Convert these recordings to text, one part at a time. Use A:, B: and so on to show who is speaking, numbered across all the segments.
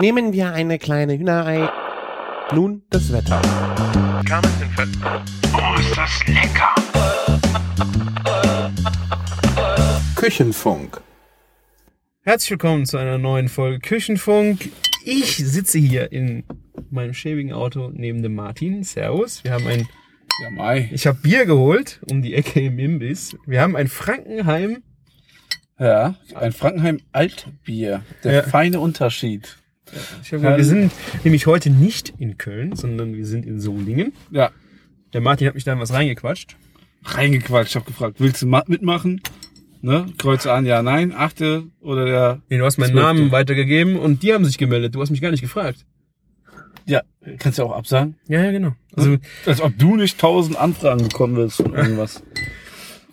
A: Nehmen wir eine kleine Hühnerei. Nun das Wetter.
B: Oh, ist das lecker!
C: Küchenfunk.
D: Herzlich willkommen zu einer neuen Folge Küchenfunk. Ich sitze hier in meinem schäbigen Auto neben dem Martin. Servus. Wir haben ein,
C: Ja, Mai.
D: ich habe Bier geholt um die Ecke im Imbiss. Wir haben ein Frankenheim.
C: Ja, ein Frankenheim Altbier. Der
D: Ja.
C: feine Unterschied.
D: Ich hab, gesagt, wir sind nämlich heute nicht in Köln, sondern wir sind in Solingen.
C: Ja,
D: Der Martin hat mich da in was reingequatscht.
C: reingequatscht. Ich hab gefragt, willst du ma- mitmachen? Ne? Kreuze an, ja, nein. Achte oder der.
D: Nee, du hast
C: Das
D: meinen
C: möchte.
D: Namen weitergegeben und die haben sich gemeldet. Du hast mich gar nicht gefragt.
C: Ja, kannst du auch absagen.
D: Ja, ja, genau. Also,
C: Als ob du nicht tausend Anfragen bekommen willst und irgendwas.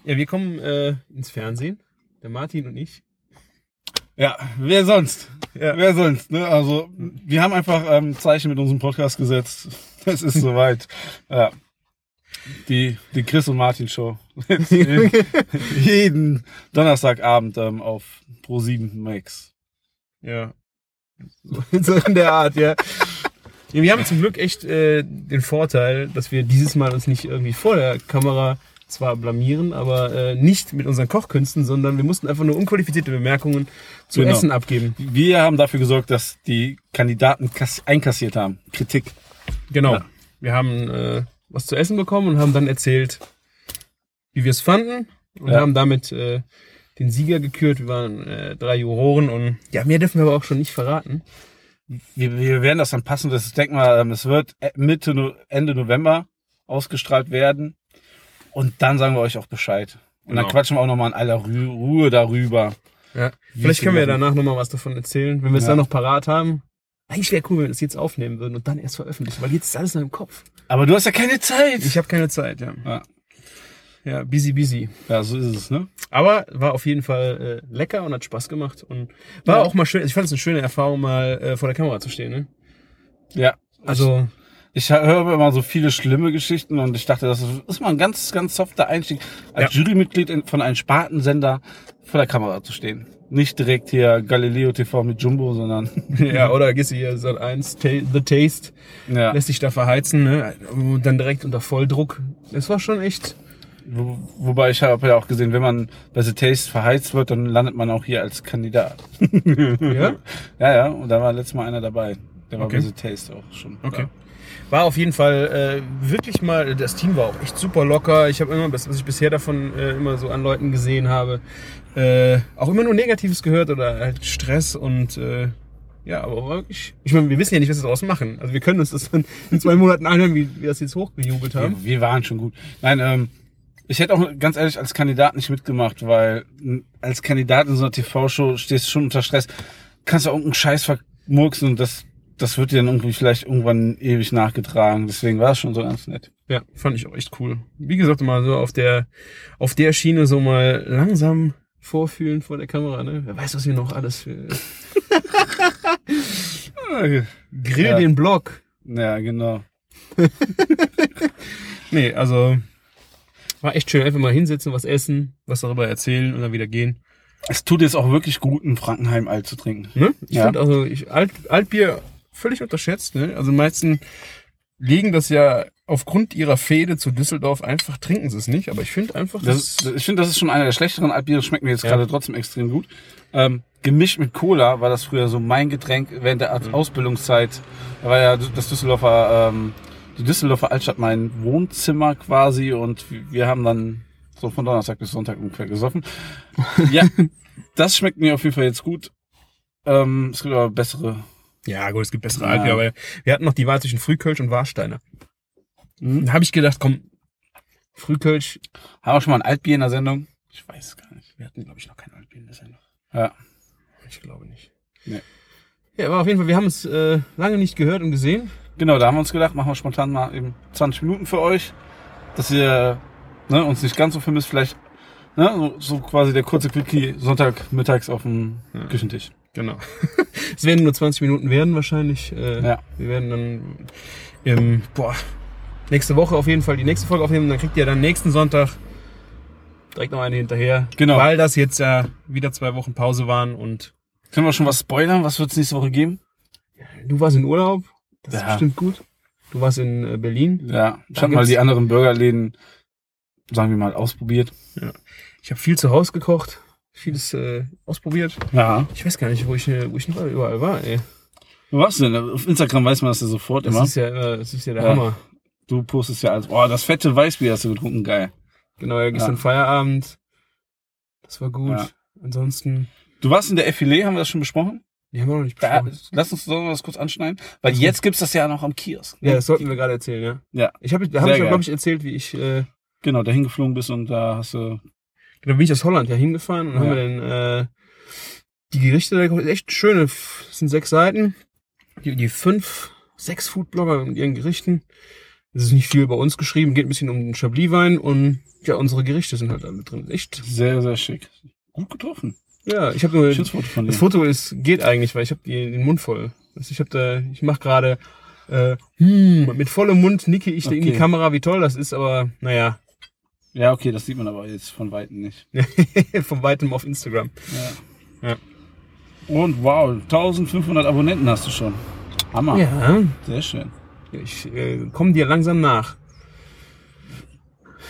D: ja, wir kommen äh, ins Fernsehen. Der Martin und ich.
C: Ja, wer sonst?
D: Ja.
C: Wer sonst? Ne? Also, wir haben einfach ähm, Zeichen mit unserem Podcast gesetzt. Es ist soweit. Ja. Die, die Chris und Martin Show. Jeden Donnerstagabend ähm, auf Pro7 Max.
D: Ja. So in der Art, ja. Ja, Wir haben zum Glück echt äh, den Vorteil, dass wir dieses Mal uns nicht irgendwie vor der Kamera zwar blamieren, aber äh, nicht mit unseren Kochkünsten, sondern wir mussten einfach nur unqualifizierte Bemerkungen zu
C: Genau.
D: Essen abgeben.
C: Wir haben dafür gesorgt, dass die Kandidaten kass- einkassiert haben. Kritik.
D: Genau.
C: Ja.
D: Wir haben äh, was zu essen bekommen und haben dann erzählt, wie wir es fanden und
C: Ja.
D: haben damit äh, den Sieger gekürt. Wir waren äh, drei Juroren und ja, mehr dürfen wir aber auch schon nicht verraten.
C: Wir, wir werden das dann passen. Das ich denk mal, ähm, es wird äh, Mitte, No- Ende November ausgestrahlt werden. Und dann sagen wir euch auch Bescheid. Und
D: Genau.
C: dann quatschen wir auch nochmal in aller Rü- Ruhe darüber.
D: Ja. Vielleicht können wir ja
C: Wie-
D: danach nochmal was davon erzählen, wenn wir es
C: Ja.
D: dann noch parat haben. Eigentlich wäre cool, wenn wir es jetzt aufnehmen würden und dann erst veröffentlichen, weil jetzt ist alles noch im Kopf.
C: Aber du hast ja keine Zeit.
D: Ich habe keine Zeit, ja.
C: Ja.
D: Ja, busy, busy.
C: ja, so ist es, ne?
D: Aber war auf jeden Fall äh, lecker und hat Spaß gemacht und war
C: Ja.
D: auch mal schön. also Ich fand es eine schöne Erfahrung, mal äh, vor der Kamera zu stehen. Ne?
C: Ja.
D: Also
C: Ich höre immer so viele schlimme Geschichten und ich dachte, das ist mal ein ganz, ganz softer Einstieg, als Jurymitglied in- von einem Spartensender vor der Kamera zu stehen. Nicht direkt hier Galileo TV mit Jumbo, sondern
D: Ja, oder gehst du hier Sat 1, The Taste,
C: ja.
D: lässt dich da verheizen, ne? Und dann direkt unter Volldruck. Es war schon echt.
C: Wo, wobei ich habe ja auch gesehen, wenn man bei The Taste verheizt wird, dann landet man auch hier als Kandidat.
D: Ja?
C: Ja, ja, und da war letztes Mal einer dabei. Der war
D: Okay.
C: bei The Taste auch schon.
D: Okay.
C: Ja.
D: War auf jeden Fall äh, wirklich mal, das Team war auch echt super locker. Ich habe immer, das, was ich bisher davon äh, immer so an Leuten gesehen habe, äh, auch immer nur Negatives gehört oder halt Stress und äh, ja, aber wirklich. Ich meine, wir wissen ja nicht, was wir daraus machen. Also wir können uns das dann in zwei Monaten anhören, wie wir das jetzt hochgejubelt haben.
C: Wir, wir waren schon gut. Nein, ähm, ich hätte auch ganz ehrlich als Kandidat nicht mitgemacht, weil m, als Kandidat in so einer TV-Show stehst du schon unter Stress. Kannst du auch irgendeinen Scheiß vermurksen und das, das wird dir dann irgendwie vielleicht irgendwann ewig nachgetragen. Deswegen war es schon so ganz nett.
D: Ja, fand ich auch echt cool. Wie gesagt, mal so auf der, auf der Schiene so mal langsam vorfühlen vor der Kamera, ne? Wer weiß, was hier noch alles für. Ah, Grill
C: Ja.
D: den Block.
C: Ja, genau.
D: Nee, also. War echt schön, einfach mal hinsetzen, was essen, was darüber erzählen und dann wieder gehen.
C: Es tut jetzt auch wirklich gut, einen Frankenheim alt zu trinken.
D: Ne? Ich
C: Ja.
D: fand also, ich, Alt, Altbier völlig unterschätzt, ne? Also meisten legen das ja aufgrund ihrer Fehde zu Düsseldorf einfach, trinken sie es nicht, aber ich finde einfach,
C: Das,
D: das-
C: ich finde, das ist schon einer der schlechteren Altbiere. Schmeckt mir jetzt
D: Ja.
C: gerade trotzdem extrem gut. Ähm, gemischt mit Cola war das früher so mein Getränk während der Aus- Ausbildungszeit. Da war ja das Düsseldorfer, ähm, die Düsseldorfer Altstadt mein Wohnzimmer quasi und wir haben dann so von Donnerstag bis Sonntag ungefähr gesoffen. Ja, das schmeckt mir auf jeden Fall jetzt gut. Ähm, es gibt aber bessere.
D: Ja, gut, es gibt bessere
C: Ja.
D: Altbier, aber wir hatten noch die Wahl zwischen Frühkölsch und Warsteiner. Da habe ich gedacht, komm, Frühkölsch,
C: Hm? Haben wir schon mal ein Altbier in der Sendung? Ich weiß gar nicht.
D: wir hatten, glaube ich, noch kein Altbier in der Sendung.
C: Ja.
D: Ich glaube nicht.
C: Nee.
D: Ja, aber auf jeden Fall, wir haben es äh, lange nicht gehört und gesehen.
C: Genau, da haben wir uns gedacht, machen wir spontan mal eben 20 Minuten für euch, dass ihr ne, uns nicht ganz so vermisst. Vielleicht ne, so, so quasi der kurze Quickie Sonntagmittags auf dem Küchentisch.
D: Genau. es werden nur 20 Minuten werden wahrscheinlich. Äh,
C: Ja.
D: Wir werden dann ähm, boah, nächste Woche auf jeden Fall die nächste Folge aufnehmen. Dann kriegt ihr dann nächsten Sonntag direkt noch eine hinterher.
C: Genau.
D: Weil das jetzt ja wieder zwei Wochen Pause waren und
C: Können wir schon was spoilern? Was wird es nächste Woche geben?
D: Du warst in Urlaub, das ist
C: Ja.
D: bestimmt gut. Du warst in äh, Berlin.
C: Ja, ich
D: Da
C: habe mal
D: gibt's-
C: die anderen Burgerläden, sagen wir mal, ausprobiert.
D: Ich habe viel zu Hause gekocht, vieles äh, ausprobiert.
C: Ja.
D: Ich weiß gar nicht, wo ich, äh, wo ich überall- überall war. Ey.
C: Was denn? Auf Instagram weiß man das ja sofort
D: Das
C: immer.
D: ist ja, immer- das ist ja der
C: Ja.
D: Hammer.
C: Du postest ja als, oh, das fette Weißbier hast du getrunken, geil.
D: Genau, ja, gestern
C: Ja.
D: Feierabend. Das war gut.
C: Ja.
D: Ansonsten,
C: Du warst in der Filet, E, haben wir das schon besprochen?
D: die haben wir noch nicht
C: Da,
D: besprochen.
C: lass uns doch noch das kurz anschneiden, weil jetzt gibt's das ja noch am Kiosk. ne?
D: Ja, das sollten wir gerade erzählen, ja.
C: Ja.
D: Ich habe da hab
C: Sehr
D: ich ja,
C: geil.
D: glaube ich, erzählt, wie ich, äh,
C: Genau, da hingeflogen bist und da hast du,
D: genau, bin ich aus Holland ja hingefahren und haben
C: Ja.
D: wir dann äh, die Gerichte da gekocht. Echt schöne, f- das sind sechs Seiten. Die, die fünf, sechs Foodblogger mit ihren Gerichten. Es ist nicht viel über uns geschrieben, geht ein bisschen um den Chablis-Wein und ja, unsere Gerichte sind halt da mit drin. Echt,
C: sehr, sehr schick. Gut getroffen.
D: ja, ich habe nur
C: Schönes Foto von
D: Das
C: dir.
D: Foto ist, geht eigentlich, weil ich habe den Mund voll. Also ich habe da, ich mache gerade äh, hm, mit vollem Mund nicke ich da in die
C: Okay.
D: Kamera, wie toll das ist, aber naja,
C: Ja, okay, das sieht man aber jetzt von Weitem nicht.
D: von weitem auf Instagram.
C: Ja. Und wow, 1500 Abonnenten hast du schon. Hammer.
D: Ja,
C: Sehr schön.
D: ich äh, komme dir langsam nach.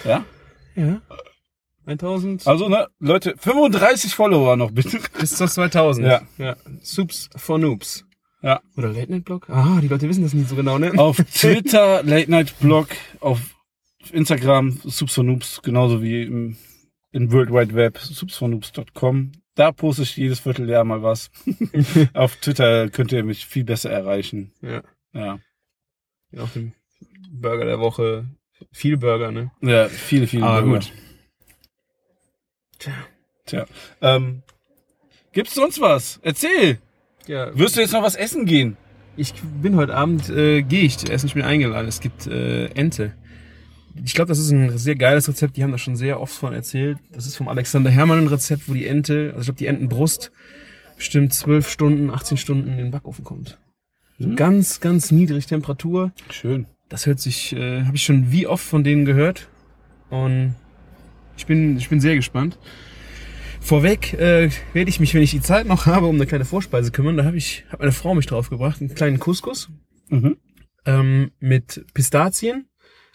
C: Ja?
D: Ja. 1000
C: Also, ne, Leute, 35 Follower noch bitte.
D: bis zur 2000.
C: Ja.
D: ja. Soups for Noobs.
C: Ja.
D: Oder Late Night Blog? Ah, die Leute wissen das nicht so genau, ne?
C: Auf Twitter, Late Night Blog, auf Instagram, Subs for Noobs, genauso wie im, im World Wide Web, subsfornoobs.com. Da poste ich jedes Vierteljahr mal was. auf Twitter könnt ihr mich viel besser erreichen.
D: Ja.
C: Ja.
D: Ja, Auf dem Burger der Woche. Viel Burger, ne?
C: Ja, viele, viele
D: Aber
C: Bürger.
D: gut. Tja.
C: Tja. Ähm, gibt's sonst was? Erzähl!
D: Ja,
C: Wirst du jetzt noch was essen gehen?
D: Ich bin heute Abend, äh, gehe ich essen. Ich bin eingeladen. Es gibt äh, Ente. Ich glaube, das ist ein sehr geiles Rezept. Die haben das schon sehr oft von erzählt. Das ist vom Alexander Hermann ein Rezept, wo die Ente, also ich glaube, die Entenbrust bestimmt 12 Stunden, 18 Stunden in den Backofen kommt. So
C: Mhm.
D: Ganz, ganz niedrig Temperatur.
C: Schön.
D: Das hört sich, äh, habe ich schon wie oft von denen gehört. Und ich bin, ich bin sehr gespannt. Vorweg äh, werde ich mich, wenn ich die Zeit noch habe, um eine kleine Vorspeise kümmern. Da habe ich, hat meine Frau mich draufgebracht, einen kleinen Couscous
C: Mhm.
D: ähm, mit Pistazien,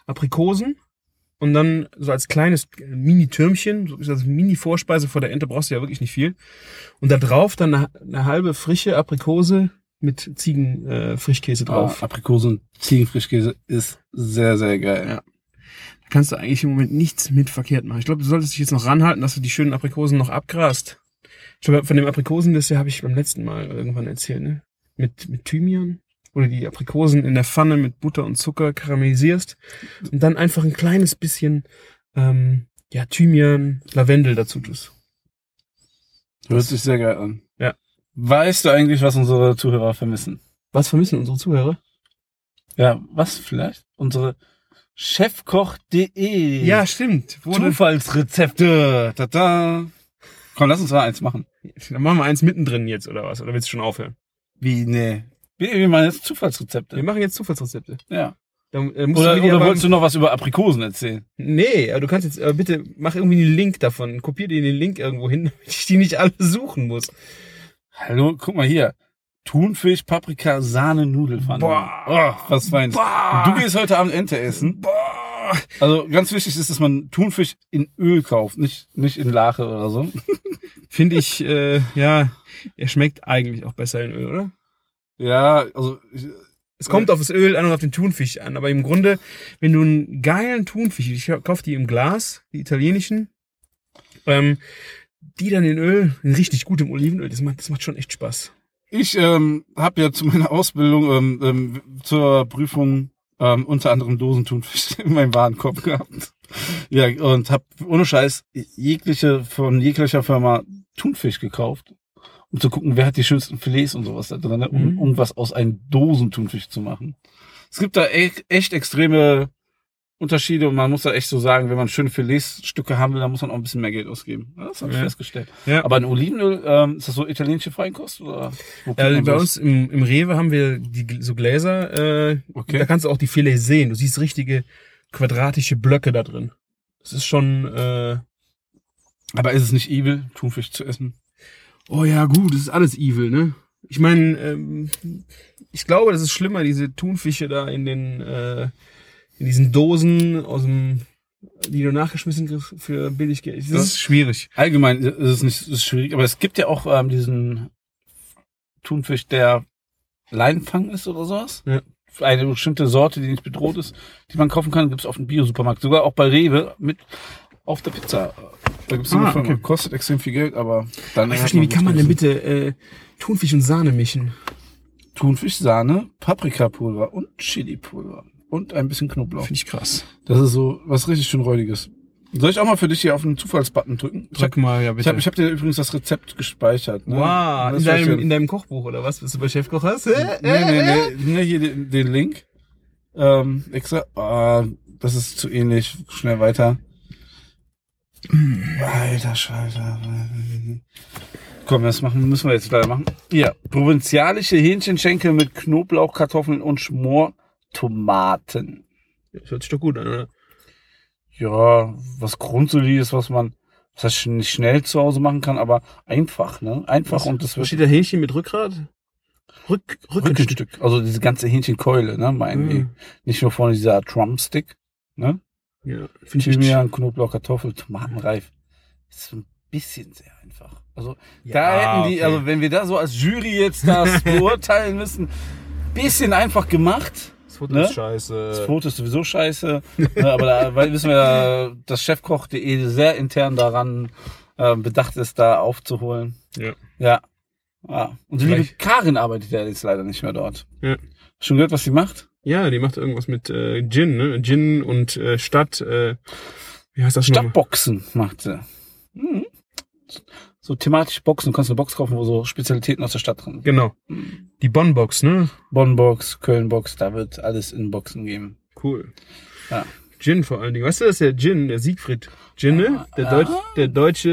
D: Aprikosen und dann so als kleines äh, Mini-Türmchen, so ist das Mini-Vorspeise vor der Ente, brauchst du ja wirklich nicht viel. Und da drauf dann eine, eine halbe frische Aprikose mit Ziegenfrischkäse äh, Frischkäse drauf.
C: Auf Aprikose und Ah, Ziegenfrischkäse ist sehr, sehr geil.
D: Ja. Da kannst du eigentlich im Moment nichts mit verkehrt machen. Ich glaube, du solltest dich jetzt noch ranhalten, dass du die schönen Aprikosen noch abgrast. Ich glaube, von dem Aprikosenliste habe ich beim letzten Mal irgendwann erzählt, ne? Mit, mit Thymian. Oder die Aprikosen in der Pfanne mit Butter und Zucker karamellisierst. Und dann einfach ein kleines bisschen, ähm, ja, Thymian, Lavendel dazu tust.
C: Hört sich sehr geil an.
D: Ja.
C: Weißt du eigentlich, was unsere Zuhörer vermissen?
D: Was vermissen unsere Zuhörer?
C: Ja, was vielleicht? Unsere chefkoch.de
D: stimmt. Wurde,
C: Zufallsrezepte. Tada. Komm, lass uns mal eins machen.
D: dann machen wir eins mittendrin jetzt, oder was? Oder willst du schon aufhören?
C: Wie, nee. Wir, wir machen jetzt
D: Wir
C: Zufallsrezepte.
D: machen jetzt Zufallsrezepte.
C: Ja.
D: Dann, äh, musst
C: Oder,
D: du mir die
C: oder
D: aber-
C: wolltest du noch was über Aprikosen erzählen?
D: Nee, aber du kannst jetzt, aber bitte mach irgendwie einen Link davon. Kopier dir den Link irgendwo hin, damit ich die nicht alle suchen muss.
C: Hallo, guck mal hier. Thunfisch, Paprika, Sahne, Nudelpfanne.
D: Boah.
C: Oh, was Feines. Und du gehst heute Abend Ente essen.
D: Boah.
C: Also ganz wichtig ist, dass man Thunfisch in Öl kauft, nicht, nicht in Lache oder so.
D: Finde ich, äh, ja, er schmeckt eigentlich auch besser in Öl, oder?
C: Ja, also ich,
D: Es kommt auf das Öl an und auf den Thunfisch an, aber im Grunde, wenn du einen geilen Thunfisch, ich kaufe die im Glas, die italienischen, ähm, die dann in Öl, in richtig gutem Olivenöl, das macht, das macht schon echt Spaß.
C: ich ähm, habe ja zu meiner Ausbildung ähm, ähm, zur Prüfung ähm, unter anderem Dosenthunfisch in meinem Warenkorb gehabt. Ja, und habe ohne Scheiß jegliche von jeglicher Firma Thunfisch gekauft, um zu gucken, wer hat die schönsten Filets und sowas da drin, ne, um
D: Mhm.
C: irgendwas aus einem Dosenthunfisch zu machen. Es gibt da e echt extreme Unterschiede und man muss da echt so sagen, wenn man schöne Filetsstücke haben will, dann muss man auch ein bisschen mehr Geld ausgeben. Ja, Das habe ich
D: Ja.
C: festgestellt.
D: Ja.
C: Aber in Olivenöl, ähm, ist das so italienische Feinkost? Oder wo kriegt
D: Ja,
C: man
D: Äh, bei
C: sowas?
D: uns im, im Rewe haben wir die, Gl- so Gläser, äh,
C: Okay.
D: da kannst du auch die Filets sehen. Du siehst richtige quadratische Blöcke da drin. Das ist schon, äh,
C: Aber ist es nicht evil, Thunfisch zu essen?
D: oh ja, gut, das ist alles evil, ne? Ich meine, ähm, ich glaube, das ist schlimmer, diese Thunfische da in den äh, in diesen Dosen aus dem die du nachgeschmissen kriegst für billig Geld. Das
C: Ja.
D: ist schwierig.
C: Allgemein ist es nicht ist es schwierig, aber es gibt ja auch ähm, diesen Thunfisch, der Leinenfang ist oder sowas.
D: Ja.
C: Eine bestimmte Sorte, die nicht bedroht ist, die man kaufen kann, gibt's auf dem Bio-Supermarkt. Sogar auch bei Rewe mit auf der Pizza. Da gibt's eine
D: Ah,
C: Firma.
D: okay. Ah,
C: Kostet extrem viel Geld, aber dann.
D: Ich verstehe, wie kann man denn bitte äh, Thunfisch und Sahne mischen?
C: Thunfisch, Sahne, Paprikapulver und Chili-Pulver. Und ein bisschen Knoblauch.
D: Finde ich krass.
C: Das ist so was richtig schön Räudiges. Soll ich auch mal für dich hier auf den Zufallsbutton drücken? Ich
D: Drück mal, ja
C: Ich
D: bitte.
C: habe ich hab dir übrigens das Rezept gespeichert. Ne?
D: wow,
C: Das
D: in
C: war
D: deinem,
C: schön.
D: in deinem Kochbuch oder was? Bist du bei Chefkoch hast?
C: Nee,
D: Äh,
C: nee, nee, nee, hier den, den Link. Ähm, extra. Ah, das ist zu ähnlich. Schnell weiter. Alter Schwalter. Komm, das machen, müssen wir jetzt leider machen. Ja, provinzialische Hähnchenschenkel mit Knoblauch, Kartoffeln und Schmortomaten.
D: Das hört sich doch gut an, oder?
C: Ja, was grundsolides, was man was heißt, nicht schnell zu Hause machen kann, aber einfach, ne? Einfach und das
D: Was
C: wird
D: steht da Hähnchen mit Rückgrat? Rück, Rückenstück.
C: Rückenstück. Also diese ganze Hähnchenkeule, ne? Meinen die.
D: Mhm.
C: Nicht nur vorne dieser Drumstick, ne?
D: Ja, finde ich
C: Thymian, Knoblauch, Kartoffel, Tomatenreif. Ist ein bisschen sehr einfach. Also da
D: Ja,
C: hätten die,
D: okay.
C: also wenn wir da so als Jury jetzt das beurteilen müssen, bisschen einfach gemacht.
D: Das Foto
C: Ne?
D: ist scheiße.
C: Das Foto ist sowieso scheiße, ne, aber da weil- wissen wir, ja, dass chefkoch.de sehr intern daran äh, bedacht ist, da aufzuholen.
D: Ja.
C: Ja. ja. Und die liebe
D: Gleich.
C: Karin arbeitet ja jetzt leider nicht mehr dort.
D: Ja.
C: Schon gehört, was sie macht?
D: Ja, die macht irgendwas mit äh, Gin, ne? Gin und äh, Stadt. Äh, wie heißt das nochmal?
C: Stadtboxen macht sie. Mhm. So thematisch Boxen. Du kannst eine Box kaufen, wo so Spezialitäten aus der Stadt drin sind.
D: Genau.
C: Hm.
D: Die Bonbox, ne?
C: Bonn-Box, Köln-Box, da wird alles in Boxen geben.
D: Cool.
C: Ja.
D: Gin vor allen Dingen. Weißt du, das ist der Gin, der Siegfried Gin, ne? Der, Deutsch, der deutsche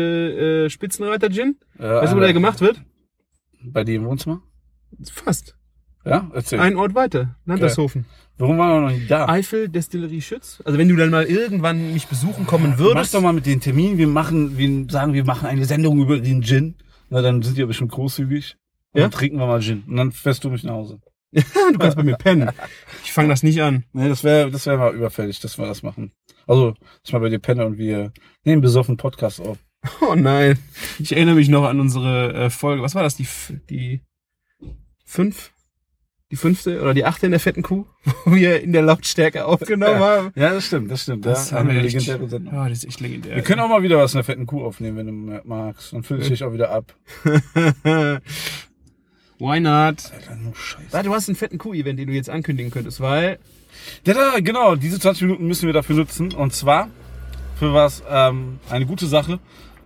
D: äh, Spitzenreiter Gin. Weißt du, wo der gemacht wird?
C: Bei dir im Wohnzimmer?
D: Fast.
C: Ja, erzähl.
D: Ein Ort weiter. Landershofen.
C: Warum waren wir noch nicht da?
D: Eifel Destillerie Schütz. Also wenn du dann mal irgendwann mich besuchen kommen
C: Du machst
D: würdest.
C: doch mal mit den Terminen, wir machen, wir sagen, wir machen eine Sendung über den Gin. Na, dann sind die ja bestimmt großzügig. Und
D: Ja?
C: Dann trinken wir mal Gin. Und dann fährst du mich nach Hause.
D: du kannst bei mir pennen. Ich fange das nicht an.
C: Nee, das wäre das wär mal überfällig, dass wir das machen. Also, ich mal bei dir penne und wir nehmen besoffen Podcast auf.
D: Oh nein. Ich erinnere mich noch an unsere äh, Folge. Was war das? Die, f- die fünf? Die fünfte oder die achte in der fetten Kuh, wo wir in der Lautstärke aufgenommen haben.
C: Ja, das stimmt, das stimmt. Das haben wir eine legendäre Sendung.
D: Ja, Ah, das ist echt legendär.
C: Wir können auch mal wieder was in der fetten Kuh aufnehmen, wenn du magst. Dann fülle ich dich auch wieder ab.
D: Why not?
C: Alter, nur Scheiße.
D: Du hast einen fetten Kuh-Event, den du jetzt ankündigen könntest, weil
C: Ja, da, genau, diese 20 Minuten müssen wir dafür nutzen. Und zwar für was ähm, eine gute Sache.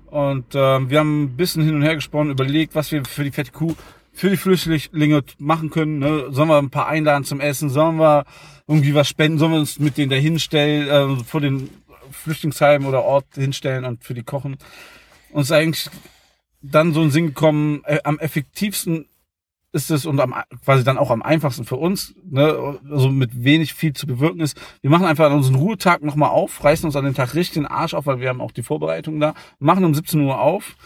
C: Und ähm, wir haben ein bisschen hin und her gesponnen, überlegt, was wir für die fette Kuh, für die Flüchtlinge t- machen können. Ne? Sollen wir ein paar einladen zum Essen? Sollen wir irgendwie was spenden? Sollen wir uns mit denen da hinstellen, äh, vor den Flüchtlingsheimen oder Ort hinstellen und für die kochen? Uns ist eigentlich dann so ein Sinn gekommen, äh, am effektivsten ist es und am, quasi dann auch am einfachsten für uns, ne, also mit wenig viel zu bewirken ist. Wir machen einfach an unseren Ruhetag nochmal auf, reißen uns an den Tag richtig den Arsch auf, weil wir haben auch die Vorbereitung da, machen um 17 Uhr auf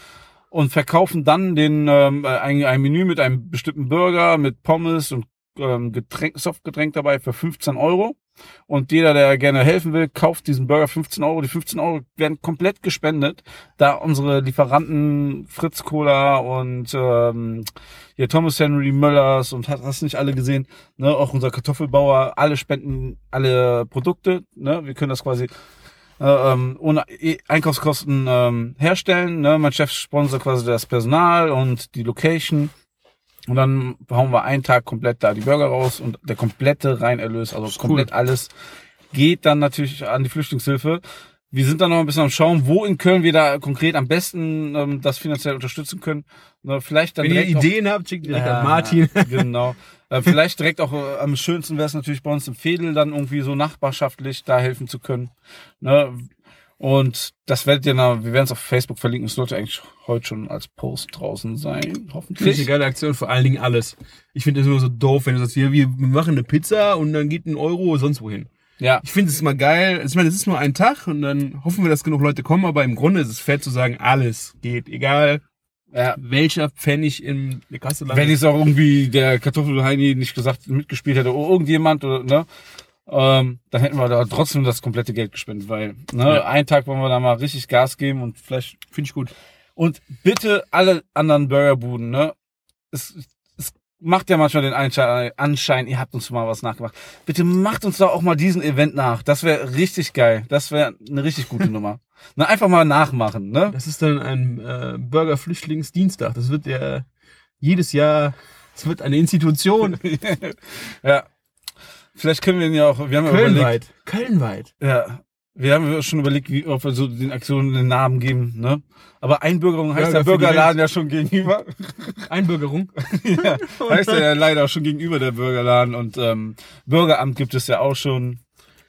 C: und verkaufen dann den, ähm, ein, ein Menü mit einem bestimmten Burger, mit Pommes und ähm, Getränk, Softgetränk dabei für 15 Euro. Und jeder, der gerne helfen will, kauft diesen Burger 15 Euro. Die 15 Euro werden komplett gespendet, da unsere Lieferanten Fritz Cola und ähm, hier Thomas Henry Möllers und hast, hast nicht alle gesehen, ne, auch unser Kartoffelbauer, alle spenden alle Produkte, ne, wir können das quasi äh, ähm, ohne E- Einkaufskosten ähm, herstellen, ne, mein Chef sponsert quasi das Personal und die Location und dann hauen wir einen Tag komplett da die Burger raus und der komplette Reinerlös, also komplett alles geht dann natürlich an die Flüchtlingshilfe. Wir sind dann noch ein bisschen am Schauen, wo in Köln wir da konkret am besten ähm, das finanziell unterstützen können. Ne, vielleicht dann
D: wenn ihr
C: direkt noch-
D: Ideen habt, schickt direkt
C: ja,
D: an Martin.
C: Genau. Äh, vielleicht direkt auch äh, am schönsten wäre es natürlich bei uns im Fädel dann irgendwie so nachbarschaftlich da helfen zu können. Ne? Und das werdet ihr, na, wir werden es auf Facebook verlinken. Es sollte eigentlich heute schon als Post draußen sein,
D: Finde ich eine
C: hoffentlich.
D: geile Aktion, vor allen Dingen alles. Ich finde das immer so doof, wenn du sagst, wir, wir machen eine Pizza und dann geht ein Euro sonst wohin.
C: Ja,
D: Ich finde es immer geil. Ich meine, es ist nur ein Tag und dann hoffen wir, dass genug Leute kommen, aber im Grunde ist es fair zu sagen, alles geht, egal
C: Ja.
D: welcher Pfennig in der Kasse landet.
C: Wenn jetzt auch irgendwie der Kartoffelheini nicht gesagt mitgespielt hätte, oder irgendjemand oder ne, ähm, dann hätten wir da trotzdem das komplette Geld gespendet, weil ne,
D: Ja.
C: einen Tag wollen wir da mal richtig Gas geben und vielleicht
D: Finde ich gut.
C: und bitte alle anderen Burgerbuden, ne, es, es macht ja manchmal den Einschein- Anschein, ihr habt uns mal was nachgemacht. Bitte macht uns doch auch mal diesen Event nach. Das wäre richtig geil. Das wäre eine richtig gute Nummer. Ne, einfach mal nachmachen, ne?
D: Das ist dann ein äh, Burger-Flüchtlingsdienstag. Das wird ja jedes Jahr, es wird eine Institution.
C: ja. Vielleicht können wir ihn ja auch, wir haben ja überlegt,
D: Kölnweit. Kölnweit.
C: Ja, wir haben schon überlegt, wie, ob wir so den Aktionen den Namen geben, ne? Aber Einbürgerung heißt
D: Burger
C: der
D: für die
C: Bürgerladen ja schon gegenüber.
D: Einbürgerung.
C: ja, heißt er ja leider schon gegenüber der Bürgerladen und ähm, Bürgeramt gibt es ja auch schon.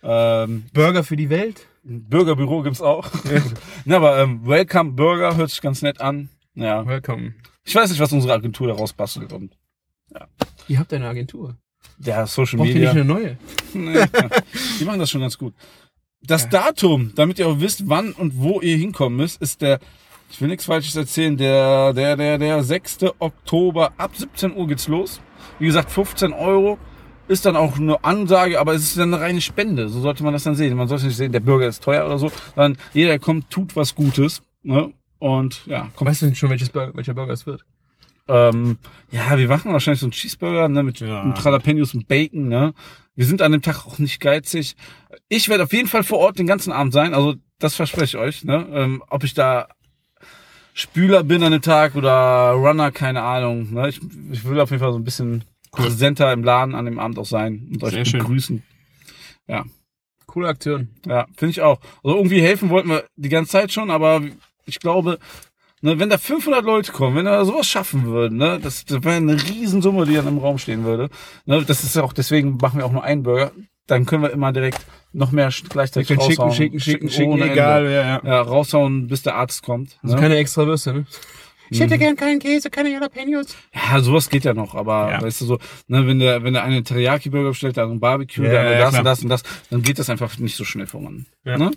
C: Ähm,
D: Burger für die Welt.
C: Bürgerbüro gibt's auch. ne, aber ähm, Welcome Burger hört sich ganz nett an. Ja.
D: Welcome.
C: Ich weiß nicht, was unsere Agentur daraus bastelt und
D: Ihr habt eine Agentur.
C: ja, Social
D: Braucht ihr nicht
C: Media.
D: eine neue?
C: Nee, die machen das schon ganz gut. Das Datum, damit ihr auch wisst, wann und wo ihr hinkommen müsst, ist der, ich will nichts Falsches erzählen, der, der, der, der 6. Oktober ab 17 Uhr geht's los. Wie gesagt, 15 Euro ist dann auch eine Ansage, aber es ist dann eine reine Spende. So sollte man das dann sehen. Man sollte nicht sehen, der Bürger ist teuer oder so, sondern jeder der kommt, tut was Gutes. Ne? Und ja, kommt.
D: Weißt du denn schon, welches Burger, welcher Burger es wird?
C: Ähm, ja, wir machen wahrscheinlich so einen Cheeseburger ne, mit
D: Ja.
C: einem Jalapenos und Bacon. Ne? Wir sind an dem Tag auch nicht geizig. Ich werde auf jeden Fall vor Ort den ganzen Abend sein. Also das verspreche ich euch. Ne? Ähm, ob ich da Spüler bin an dem Tag oder Runner, keine Ahnung. Ne? Ich, ich will auf jeden Fall so ein bisschen präsenter im Laden an dem Abend auch sein und euch
D: Sehr schön.
C: begrüßen.
D: Coole Aktion.
C: Ja, finde ich auch. Also irgendwie helfen wollten wir die ganze Zeit schon, aber ich glaube, ne, wenn da 500 Leute kommen, wenn da sowas schaffen würden, ne, das, das wäre eine Riesensumme, die dann im Raum stehen würde. Ne, das ist ja auch, deswegen machen wir auch nur einen Burger. Dann können wir immer direkt noch mehr sch-
D: Wir
C: gleichzeitig
D: können
C: raushauen.
D: schicken, schicken, schicken, schicken,
C: ohne
D: egal.
C: Ende.
D: Ja, ja.
C: Ja, raushauen, bis der Arzt kommt.
D: Also
C: Ne?
D: keine extra Würste, ne? Ich hätte gern keinen Käse, keine Jalapenos.
C: Ja, sowas geht ja noch, aber
D: Ja.
C: weißt du so, ne, wenn der, wenn der eine Teriyaki-Burger bestellt, dann ein Barbecue,
D: Ja,
C: dann
D: ja,
C: das
D: klar.
C: und das und das, dann geht das einfach nicht so schnell voran.
D: Ja.
C: Ne?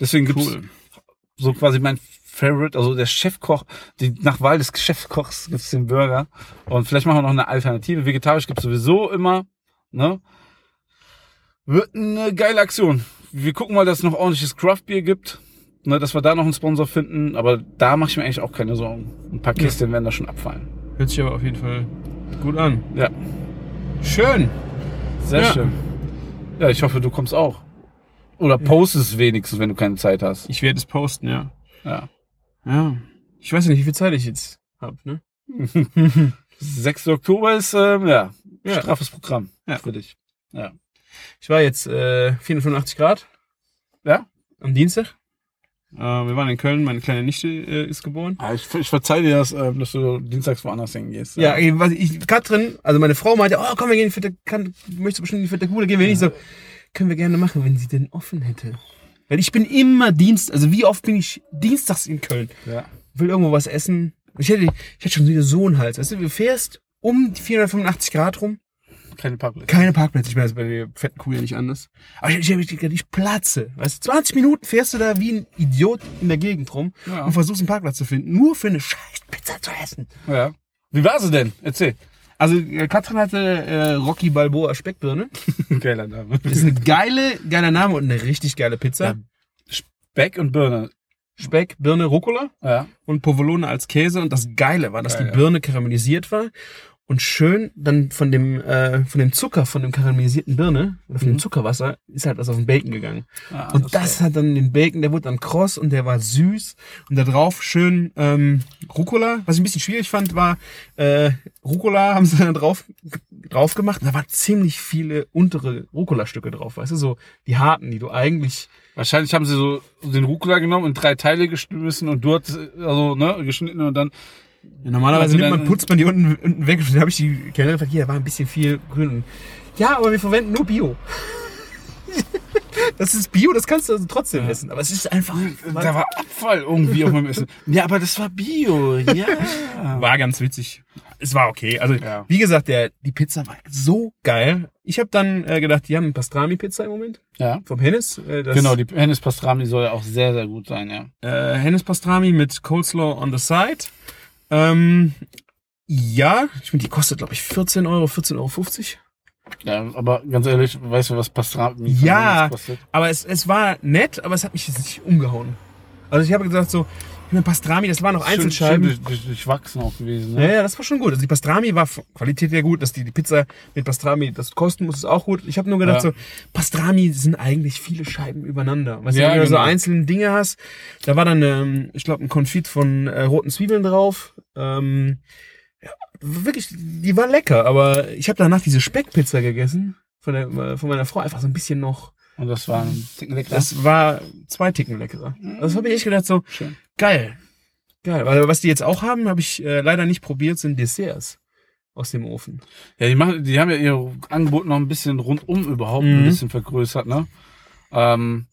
C: Deswegen gibt's
D: Cool.
C: so quasi mein Favorite, also der Chefkoch, die, nach Wahl des Chefkochs gibt's den Burger. Und vielleicht machen wir noch eine Alternative. Vegetarisch gibt's sowieso immer. Ne? Wird eine geile Aktion. Wir gucken mal, dass es noch ordentliches Craftbier gibt. Ne, dass wir da noch einen Sponsor finden. Aber da mache ich mir eigentlich auch keine Sorgen. Ein paar Kisten werden da schon abfallen.
D: Hört sich aber auf jeden Fall gut an.
C: Ja,
D: Schön.
C: sehr
D: Ja.
C: schön. Ja, ich hoffe, du kommst auch. Oder postest wenigstens, wenn du keine Zeit hast.
D: Ich werde es posten, ja.
C: Ja.
D: Ja. Ich weiß nicht, wie viel Zeit ich jetzt habe, ne?
C: 6. Oktober ist, ähm, ja,
D: Ja.
C: straffes Programm
D: Ja.
C: für dich.
D: Ich war jetzt äh, 485 Grad.
C: Ja?
D: Am Dienstag. Äh, wir waren in Köln, meine kleine Nichte äh, ist geboren.
C: Ja, Ah, ich, ich verzeihe dir das, ähm, dass du dienstags woanders hingehst.
D: Ja, ich, was ich, Katrin, also meine Frau meinte, oh komm, wir gehen in die vierte, kann, möchtest du bestimmt in die vierte Kuhle gehen? Wenn ich so, können wir gerne machen, wenn sie denn offen hätte. Weil ich bin immer Dienst, also wie oft bin ich dienstags in Köln?
C: ja.
D: will irgendwo was essen. Ich hätte, ich hätte schon wieder so einen Hals. Weißt du, du fährst um die 485 Grad rum,
C: Keine Public.
D: keine Parkplätze. Ich meine, das ist bei der fetten Kuh ja nicht anders. Aber ich, ich, ich, ich, ich platze. Weißt du, 20 Minuten fährst du da wie ein Idiot in der Gegend rum
C: Ja.
D: und versuchst einen Parkplatz zu finden, nur für eine scheiß Pizza zu essen.
C: Ja. Wie war sie denn? Erzähl.
D: Also, äh, Katrin hatte äh, Rocky Balboa Speckbirne.
C: Geiler Name.
D: Das ist eine geile, geiler Name und eine richtig geile Pizza.
C: Ja. Beck und Birne.
D: Speck, Birne, Rucola.
C: Ja.
D: und Provolone als Käse. Und das Geile war, dass
C: Geil,
D: die
C: ja.
D: Birne karamellisiert war und schön dann von dem, äh, von dem Zucker, von dem karamellisierten Birne, oder von dem Zuckerwasser, ist halt was auf den Bacon gegangen.
C: Mhm. Ah,
D: und das hat dann den Bacon, der wurde dann kross und der war süß. Und da drauf schön ähm, Rucola. Was ich ein bisschen schwierig fand, war äh, Rucola haben sie dann drauf, drauf gemacht. Und da waren ziemlich viele untere Rucola-Stücke drauf, weißt du, so die harten, die du eigentlich
C: Wahrscheinlich haben sie so den Rucola genommen, in drei Teile geschmissen und du hast, äh, also, ne, geschnitten und dann.
D: Ja, normalerweise
C: Also
D: nimmt man,
C: dann-
D: putzt man die unten, unten weg. Und dann habe ich die Kellnerin gefragt, hier, da war ein bisschen viel grün. Ja, aber wir verwenden nur Bio. das ist Bio, das kannst du also trotzdem essen. Aber es ist einfach...
C: Da war Abfall irgendwie auf meinem Essen. Ja, aber das war Bio, ja.
D: war ganz witzig. Es war okay. Also,
C: Ja.
D: wie gesagt, der, die Pizza war so geil. Ich habe dann äh, gedacht, die haben Pastrami-Pizza im Moment
C: ja.
D: vom Hennes. Äh, das-
C: Genau, die Hennes Pastrami soll ja auch sehr, sehr gut sein, ja.
D: äh, Hennes Pastrami mit Coleslaw on the side. Ähm, ja, ich meine, die kostet, glaube ich, 14 Euro, 14,50 Euro.
C: Ja, aber ganz ehrlich, weißt du, was Pastrami
D: Ja.
C: kostet?
D: Aber es, es war nett, aber es hat mich jetzt nicht umgehauen. Also ich habe gesagt so, ich meine, Pastrami, das waren noch Einzelscheiben.
C: Schön, schön durch, durch, durchwachsen auch gewesen.
D: Ja,
C: Ne?
D: ja, das war schon gut. Also die Pastrami war von Qualität her gut, dass die, die Pizza mit Pastrami das kosten muss, ist auch gut. Ich habe nur gedacht
C: Ja.
D: so, Pastrami sind eigentlich viele Scheiben übereinander. Weißt
C: Ja,
D: du, wenn du so
C: genau.
D: einzelne Dinge hast, da war dann, ähm, ich glaube, ein Konfit von äh, roten Zwiebeln drauf. Ähm, ja, wirklich, die war lecker, aber ich habe danach diese Speckpizza gegessen von, der, äh, von meiner Frau, einfach so ein bisschen noch.
C: Und das war ein Ticken lecker.
D: Mhm. Das war zwei Ticken leckerer. Das habe ich echt gedacht so,
C: Schön.
D: Geil. Geil. Weil was die jetzt auch haben, habe ich äh, leider nicht probiert, sind Desserts aus dem Ofen.
C: Ja, die, machen, die haben ja ihr Angebot noch ein bisschen rundum überhaupt ein
D: Mhm.
C: bisschen vergrößert. Ne? Ähm,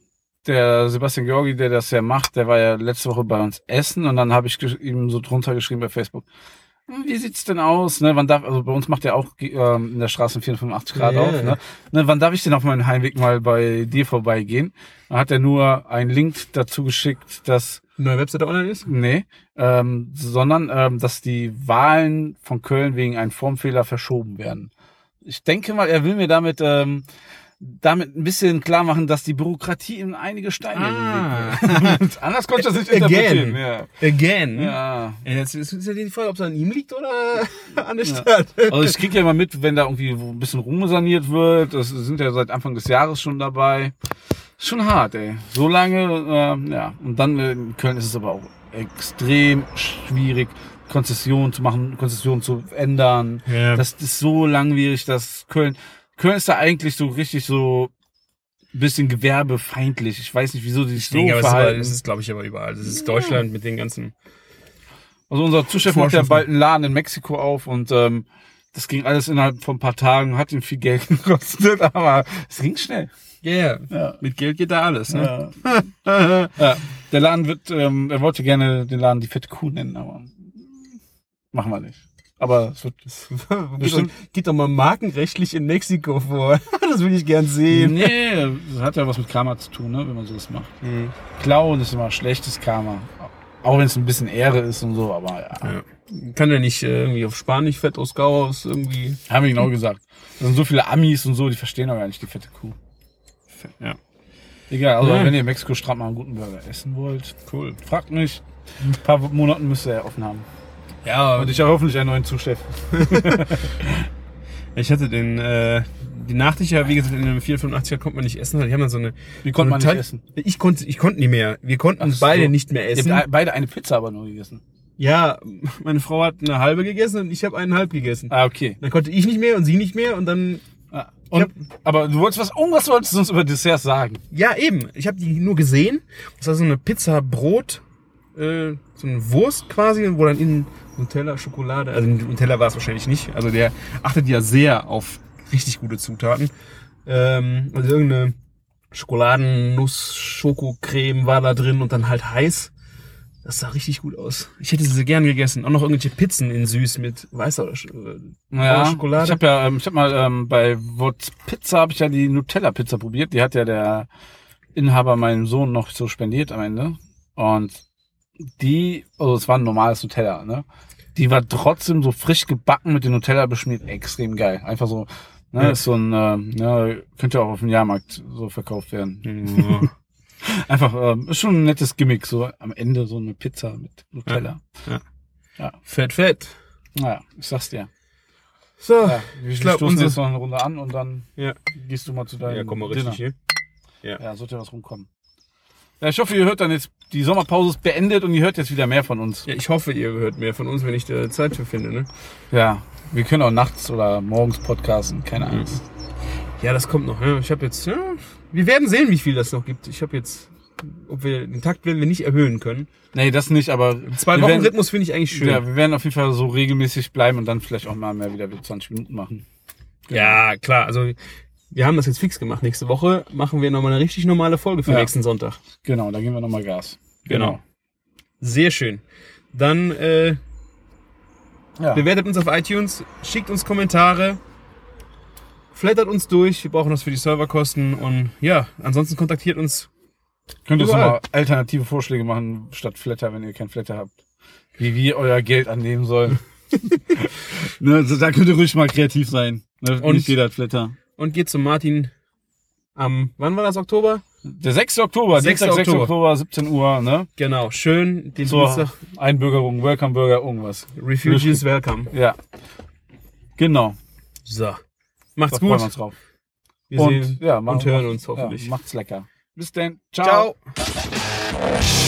C: der Sebastian Georgi, der das ja macht, der war ja letzte Woche bei uns essen und dann habe ich gesch- ihm so drunter geschrieben bei Facebook. "Hm, Wie sieht's denn aus? Ne, wann darf, also bei uns macht er auch ähm, in der Straße 485 Grad
D: Ja.
C: auf. Ne? Ne, wann darf ich denn auf meinem Heimweg mal bei dir vorbeigehen? Dann hat er nur einen Link dazu geschickt, dass
D: Neue Webseite online ist?
C: Nee, ähm, sondern ähm, dass die Wahlen von Köln wegen einem Formfehler verschoben werden. Ich denke mal, er will mir damit, ähm, damit ein bisschen klar machen, dass die Bürokratie in einige Steine
D: Ah.
C: in den Weg legt. Anders konnte ich das nicht
D: Again.
C: interpretieren. Ja.
D: Again.
C: Ja.
D: Äh, Jetzt ist ist ja die Frage, ob es an ihm liegt oder an der Stadt.
C: Also ich kriege ja immer mit, wenn da irgendwie wo ein bisschen rumsaniert wird. Das sind ja seit Anfang des Jahres schon dabei. Ist Schon hart, ey. So lange, ähm, ja. Und dann äh, in Köln ist es aber auch extrem schwierig, Konzession zu machen, Konzession zu ändern.
D: Ja.
C: Das ist so langwierig, dass Köln. Köln ist da eigentlich so richtig so ein bisschen gewerbefeindlich. Ich weiß nicht, wieso die sich so verhalten.
D: ist, glaube ich, aber überall. Das ist Deutschland mit den ganzen.
C: Also unser Zuschef macht ja
D: Vorschriften.
C: bald einen Laden in Mexiko auf und ähm, das ging alles innerhalb von ein paar Tagen, hat ihm viel Geld gekostet, aber es ging schnell.
D: Yeah.
C: Ja.
D: Mit Geld geht da alles, ne?
C: Ja. ja. Der Laden wird, ähm, er wollte gerne den Laden die fette Kuh nennen, aber machen wir nicht. Aber es wird.
D: geht, doch, geht doch mal markenrechtlich in Mexiko vor. das will ich gern sehen.
C: Nee, das hat ja was mit Karma zu tun, ne, wenn man sowas macht. Klauen ist immer schlechtes Karma. Auch wenn es ein bisschen Ehre ist und so, aber ja.
D: Kann der nicht äh, irgendwie auf Spanisch Fett aus Gauhaus irgendwie.
C: Haben wir genau gesagt. Das sind so viele Amis und so, die verstehen doch gar nicht die fette Kuh.
D: Ja.
C: Egal, also
D: Ja.
C: wenn ihr in Mexiko Strand mal einen guten Burger essen wollt, cool. Fragt mich. In ein paar Monaten müsste er offen haben.
D: Ja,
C: Und ich habe hoffentlich einen neuen Zuschef.
D: Ich hatte den, äh, die Nachtisch ja, wie gesagt, in einem 485er konnte man nicht essen, weil die haben dann so eine.
C: Wie konnte man
D: so eine
C: nicht essen?
D: Teig- Ich konnte, ich konnte nicht mehr. Wir konnten
C: Ach so.
D: beide nicht mehr
C: Ihr habt
D: essen.
C: ei- beide eine Pizza aber nur gegessen.
D: Ja, meine Frau hat eine halbe gegessen und ich habe einen halb gegessen.
C: Ah, okay.
D: Dann konnte ich nicht mehr und sie nicht mehr und dann,
C: Ah, Und, aber du wolltest was, irgendwas wolltest du uns über Desserts sagen.
D: ja eben, ich habe die nur gesehen. Das war so eine Pizza Brot, äh, so eine Wurst quasi, wo dann innen Nutella, Schokolade, also Nutella war es wahrscheinlich nicht. Also der achtet ja sehr auf richtig gute Zutaten. Ähm, also irgendeine Schokoladennuss, Schokocreme war da drin und dann halt heiß. Das sah richtig gut aus. Ich hätte sie gern gegessen. Auch noch irgendwelche Pizzen in süß mit weißer Sch äh, brauner Schokolade.
C: Ich habe ja, ähm, ich habe mal ähm, bei Wurz Pizza habe ich ja die Nutella Pizza probiert. Die hat ja der Inhaber meinem Sohn noch so spendiert am Ende. Und die, also es war ein normales Nutella, ne? Die war trotzdem so frisch gebacken mit dem Nutella beschmiert, extrem geil. Einfach so, ne,
D: Ja.
C: ist so ein, ähm, ja, könnte auch auf dem Jahrmarkt so verkauft
D: äh,
C: werden.
D: Ja.
C: Einfach, ähm, ist schon ein nettes Gimmick, so am Ende so eine Pizza mit Nutella.
D: fett, fett.
C: Naja, ich sag's dir.
D: So.
C: Ja, wir
D: Ich glaub,
C: stoßen
D: unser-
C: jetzt noch eine Runde an und dann
D: Ja.
C: gehst du mal zu deinem
D: Ja, komm mal richtig hier.
C: Ja, sollte was rumkommen. Ja, ich hoffe, ihr hört dann jetzt, die Sommerpause ist beendet und ihr hört jetzt wieder mehr von uns.
D: Ja, ich hoffe, ihr hört mehr von uns, wenn ich da Zeit für finde. Ne?
C: Ja, wir können auch nachts oder morgens podcasten, keine Angst.
D: Ja, das kommt noch. Ne? Ich habe jetzt. Ja, wir werden sehen, wie viel das noch gibt. Ich habe jetzt, ob wir den Takt werden wir nicht erhöhen können.
C: Nee, das nicht, aber
D: Zwei
C: wir
D: Wochen
C: werden,
D: Rhythmus finde ich eigentlich schön.
C: ja, wir werden auf jeden Fall so regelmäßig bleiben und dann vielleicht auch mal mehr wieder mit 20 Minuten machen.
D: Ja, klar. Also wir haben das jetzt fix gemacht. Nächste Woche machen wir nochmal eine richtig normale Folge für
C: Ja.
D: nächsten Sonntag.
C: Genau, da geben wir nochmal Gas.
D: Genau. Sehr schön. Dann äh,
C: Ja.
D: bewertet uns auf iTunes, schickt uns Kommentare, flattert uns durch. Wir brauchen das für die Serverkosten. Und ja, ansonsten kontaktiert uns
C: Könnt ihr uns
D: Überall.
C: nochmal alternative Vorschläge machen statt Flatter, wenn ihr kein Flatter habt. wie wir euer Geld annehmen sollen. ne, also da könnt ihr ruhig mal kreativ sein. Ne,
D: Und-
C: nicht jeder hat Flatter.
D: Und geht zu Martin am, wann war das, Oktober?
C: Der 6. Oktober,
D: 6.
C: Dienstag, 6.
D: Oktober.
C: Oktober, 17 Uhr, ne?
D: Genau, schön den
C: Zur
D: Dienstag.
C: Einbürgerung, Welcome Burger, irgendwas.
D: Refugees welcome.
C: Ja. Genau.
D: So.
C: Da
D: Macht's
C: freuen wir
D: gut.
C: uns drauf.
D: Wir sehen
C: ja,
D: und
C: machen-
D: hören uns
C: ja,
D: hoffentlich.
C: macht's lecker. Bis dann. Ciao.
D: Ciao.